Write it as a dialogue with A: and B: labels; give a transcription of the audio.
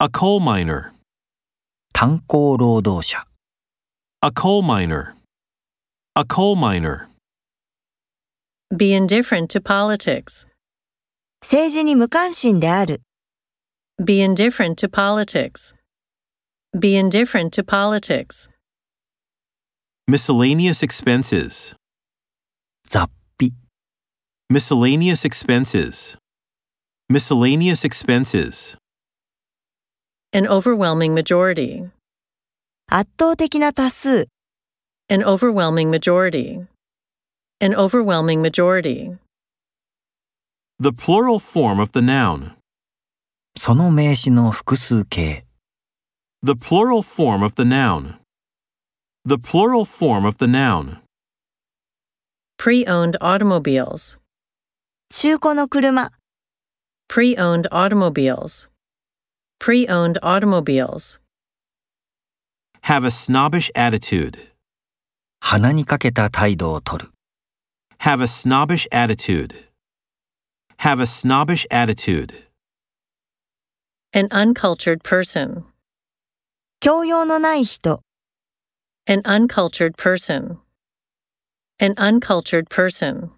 A: A coal miner.
B: 炭鉱労働者
A: A coal miner. A coal miner.
C: Be indifferent to politics.
D: 政治に無関心である。
C: Be indifferent to politics. Be indifferent to politics.
A: Miscellaneous expenses.
B: 雑費
A: Miscellaneous expenses. Miscellaneous expenses.
C: An overwhelming majority.
D: 圧倒的な多数。
C: An overwhelming majority. An overwhelming majority.
A: The plural form of the noun.
B: その名詞の複数形
A: The plural form of the noun. The plural form of the noun.
C: Pre owned automobiles.
D: 中古の車。
C: Pre owned automobiles. Pre owned automobiles.
A: Have a snobbish attitude.
B: 鼻にかけた態度をとる
A: Have a snobbish attitude. Have a snobbish attitude.
C: An uncultured person.
D: 教養のない人。
C: An uncultured person. An uncultured person.